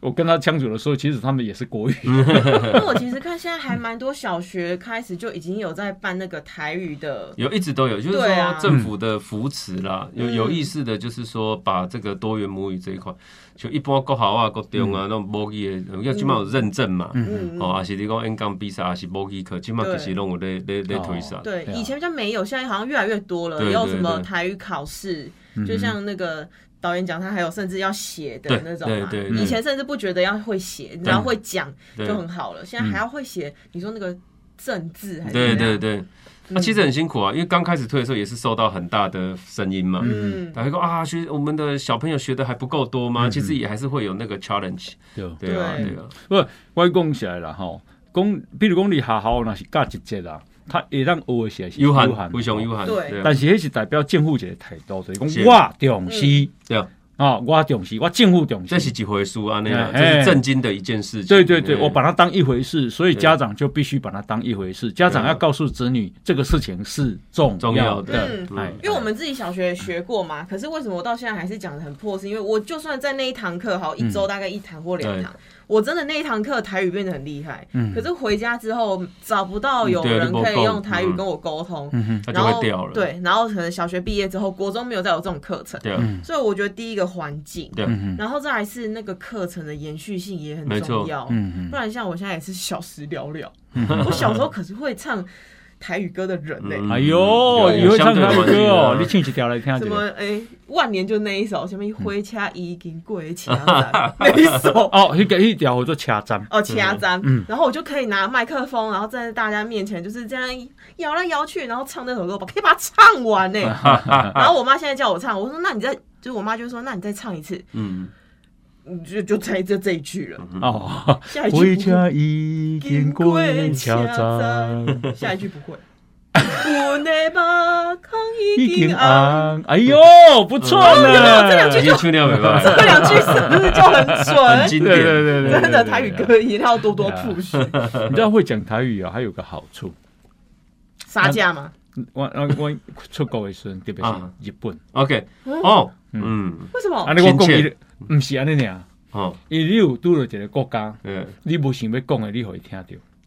我跟他相处的时候，其实他们也是国语，因为我其实看现在还蛮多小学开始就已经有在办那个台语的，有一直都有，就是对啊说政府的扶持啦，有嗯有意识的，就是说把这个多元母语这一块，就一般国校啊、国中嗯啊那种母语的，要起码有认证嘛，嗯，哦，还是你讲 N 杠比赛，还啊是母语课，起码对可是弄我咧咧咧推啥，对，对啊以前比较没有，现在好像越来越多了，对也有什对嗯么对台语考试，嗯就像那个导演讲，他还有甚至要写的对那种嘛。对对对以前甚至不觉得要会写，只要会讲对就很好了，现在还要会写，你说那个政治还是怎么对对样，嗯对，那其实很辛苦啊，因为刚开始推的时候也是受到很大的声音嘛，嗯，大家说啊，学我们的小朋友学的还不够多吗？其实也还是会有那个 challenge，对，对啊，对对啊，我讲起来啦吼，讲，比如讲你学校若是教一节啦，他会当学的是有涵喊，非常有喊，对对啊但是迄是代表政府一个态度，就是是讲我重视，对啊。啊、我重视，我政府重这视。是几回书啊？那样，这哎是震惊的一件事情。对对对，我把它当一回事，所以家长就必须把它当一回事。家长对啊要告诉子女，这个事情是重重要要的。的嗯，哎嗯因为我们自己小学也学过嘛，可是为什么我到现在还是讲的很破？是因为我就算在那一堂课，好一嗯周大概一堂或两堂，我真的那一堂课台语变得很厉害，嗯哎嗯可是回家之后找不到有嗯对人就不可以够用台语嗯跟我沟通，它然就后会掉了。对，然后可能小学毕业之后，国中没有再有这种课程，对啊，所以我觉得第一个环境，嗯对啊，然后再来是那个课程的延续性也很没错重要。嗯嗯不然像我现在也是小时了了，我小时候可是会唱台语歌的人呢、嗯哎呦，对你会唱台相语对歌容易哦啊？你唱一条来听一什下么。哎、万年就那一首，什么嗯回家已经过 车站那一首。哦，那个一条叫做掐站。哦，掐站，嗯然后我就可以拿麦克风，然后站在大家面前就是这样摇来摇去，然后唱那首歌，我可以把它唱完 呢。然后我妈现在叫我唱，我说那你再，就是我妈就说那你再唱一次，嗯，嗯就就猜这这一句了，哦，下一句回不会家已经过掐站，下一句不会。 我的马康已已经经啊，安。哎呦，嗯不错哦呢。这两句已经出掉没办这法，两句是不是就很很准？经对对对典。对对，对真的台语。歌一定要多多对啊 push，你知道会讲台语啊，还有个好处。杀价啊嘛，我我我出国的时候，特别是啊日本， OK，哦，嗯，为什么啊，？你我讲亲伊切，唔是安尼尔，哦，伊你有拄着一个国家，嗯，你无想要讲的，你可以听到。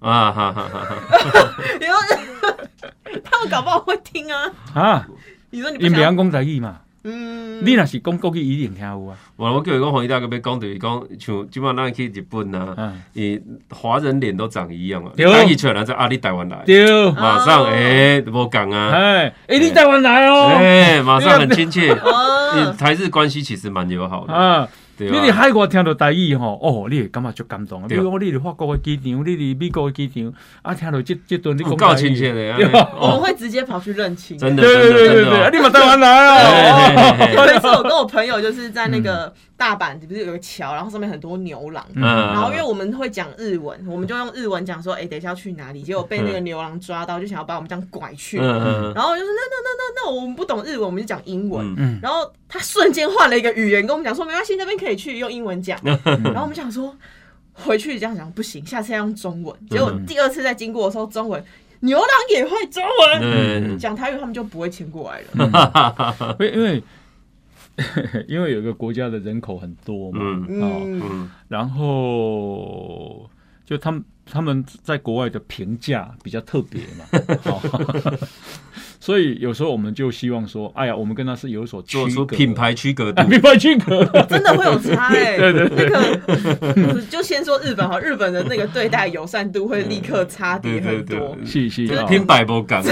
啊哈哈哈哈，你说 他们搞不好会听啊。嗯啊，你说你不因袂晓想，讲台语嘛，嗯，你若是讲国语，伊一定听有啊。我我叫伊讲黄义大哥要讲，就是讲像即满咱去日本啊，嗯，伊华人脸都长一样啊，对哦讲伊出来在啊，你台湾来，对，马上哎，无讲啊，哎，哎，你台湾来哦，哎，马上很亲切，哦，台日关系其实蛮友嗯好的，啊，对你吧？伫海外听到台语吼，哦，你会感觉足感动的。比对啊如讲，你伫法国的机场，你伫美国的机场，啊，听到这这段你有讲哦够台亲切语，的，对吧我们哦，会直接跑去认亲。真的，对对真的对对真的对，啊哦你嘛台湾来哎哦。嘿嘿嘿有一次我跟我朋友就是在那个大阪不是有个桥，然后上面很多牛郎，嗯嗯，然后因为我们会讲日文，我们就用日文讲说，哎、等一下要去哪里？结果被嗯那个牛郎抓到，就想要把我们这样拐去。嗯嗯然后我就说那那那那那我们不懂日文，我们就讲英文。嗯嗯，然后他瞬间换了一个语言跟我们讲说，没关系，那边可以去用英 文嗯讲。然后我们想说回去这样讲不行，下次要用中文。结嗯果第二次再经过的时候，中文牛郎也会中文，嗯讲台语他们就不会迁过来了。因哎为因为 因为有一个国家的人口很多嘛，嗯哦， 嗯，嗯然后就他们他们在国外的评价比较特别 嘛，哦 所以有时候我们就希望说，哎呀，我们跟他是有所区做出隔品牌区隔度啊，， 品牌区隔，真的会有差 哎、那个就先说日本哈，日本的那个对待友善度会立刻差别嗯对很对多。对，是是就啊，拼百博感对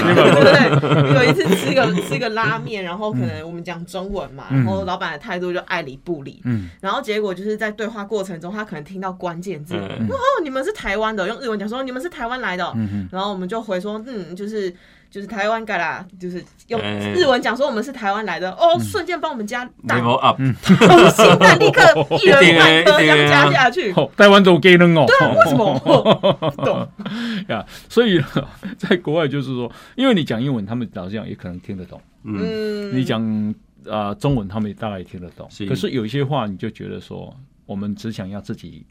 对啊，对，有一次吃个吃个拉面，然嗯后可能我们讲中文嘛，然后老板的态度就爱理不理，嗯然后结果就是在对话过程中，他可能听到关键字，哦，嗯你们是台湾的，用日文讲说你们是台湾来的，嗯嗯然后我们就回说，嗯，就是就是台湾改啦，就是用嗯哎日文讲说我们是台湾来的，哦，瞬间帮我们加大，level up，嗯同性那立刻一 啊人半颗这样加下去。哦，台湾都 gay 人哦，嗯对啊，为 什么？不懂。呀？所以在国外就是说，因为你讲英文，他们老实讲也可能听得懂；嗯，嗯，你讲啊、呃中文，他们也大概也听得懂。是可是有一些话，你就觉得说，我们只想要自己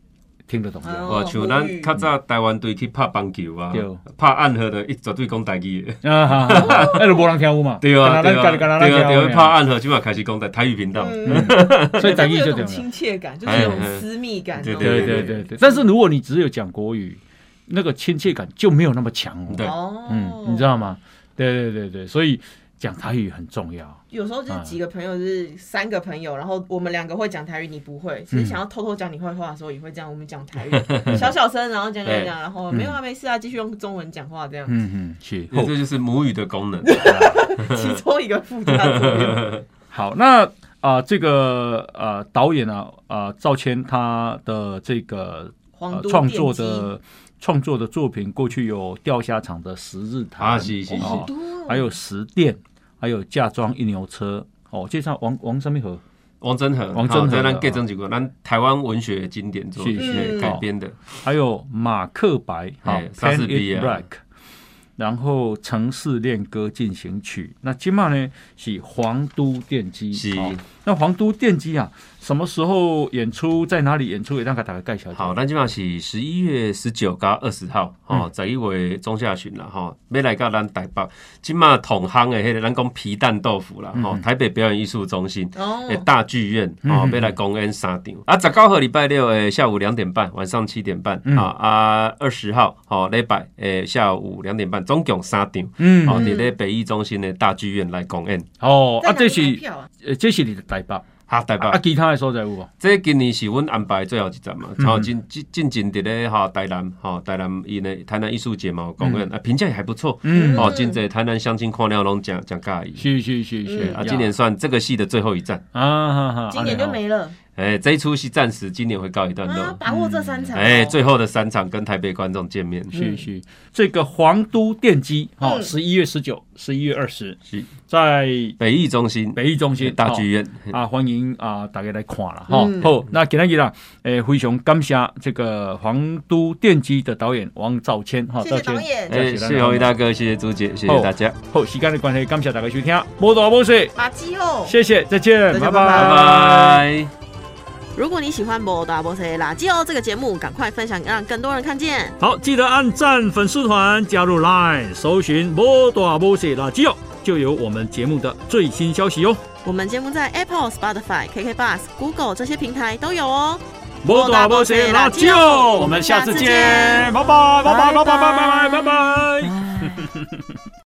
听得懂就好。哦哇，像咱较早台湾队去拍棒球啊对，拍暗黑的，伊绝对讲台语的。 啊哈哈哈，那就无人听有嘛？对啊，干对啦啊，咱对干啦啊，咱对听有啊，尔拍暗盒，即嘛开始讲台台语频道。嗯， 所以台语有就一对种了。亲切感，就是有种私密感。哦哎哎哎对对对对，但是如果你只有讲国语，那个亲切感就没有那么强哦。对哦，嗯，你知道吗？对对对对，所以讲台语很重要。有时候嗯就是几个朋友，就是三个朋友，然后我们两个会讲台语，你不嗯会。其实想要偷偷讲你坏话的时候，也会这样，我 们讲台语，小小声，然后讲讲讲，然后没有啊，没事啊，继续用中文讲话这样。嗯嗯，是。这就是母语的功能。嗯嗯其中一个附加作用， 好，那啊、这个呃导演啊啊、赵谦他的这个皇呃都创电作机的创作的作品，过去有钓虾场的十日谈啊是是是哦多还有十店，还有嫁妆一牛车。哦，介绍王王什么和王真和，王真和啊在咱各种几个咱台湾文学经典作是是品改编的，还有马克白啊哎莎，Pen 士 i 比 n 亚 Black，然后《城市恋歌进行曲》。那今嘛呢是皇都电机，是哦那皇都电机啊，什么时候演出，在哪里演出，也让他打个盖小姐。好，，咱即嘛是十一月十九加二十号，嗯哦，十一月中下旬啦，吼，要来到咱台北，即嘛同行的迄个咱讲皮蛋豆腐啦，嗯吼，台北表演艺术中心。哦诶，大剧院哦，嗯要来公演三场啊，十九号礼拜六诶下午两点半，晚上七点半嗯啊啊，二十号哦礼拜诶下午两点半，总共三场嗯，哦，伫咧北艺中心的大剧院来公演。哦，在啊，哪这里买是票啊呃，这是你的台北，哈，台北啊，其他的所在有无？这今年是阮安排的最后一站嗯嘛，然后进进进前伫咧吼台南吼台南伊呢台南艺术节嘛有公演啊评价也还不错，嗯哦，真侪台南相亲看了拢讲讲介意，是是是是，啊，今年算这个戏的最后一站，啊哈哈，嗯今年就没了哎，这一出戏暂时今年会告一段啊落！，把握这三嗯场哦，哎，最后的三场跟台北观众见面，是是，这个皇都电机哦，嗯十一月十九、十一月二十是在北艺中心北艺中心大剧院，哦啊，欢迎啊大家来看了哈。嗯好，那今天啦，诶，非常感谢这个皇都电机的导演王兆谦哈，谢谢兆导谦，演，哎，谢谢侯一大哥，谢谢朱姐，谢谢大家，好，时间的关系，感谢大家收听，啊莫大莫小，马基哦。谢谢，再见，再见拜拜拜。如果你喜欢《波大波塞垃圾哦》这个节目，赶快分享，让更多人看见。好，记得按赞粉丝团，加入 Line，搜寻“波大波西垃圾哦”，就有我们节目的最新消息哟。我们节目在 Apple、Spotify、KK Bus、Google 这些平台都有哦。波大波西垃圾哦，我们下次见，拜拜拜拜拜拜拜拜拜拜。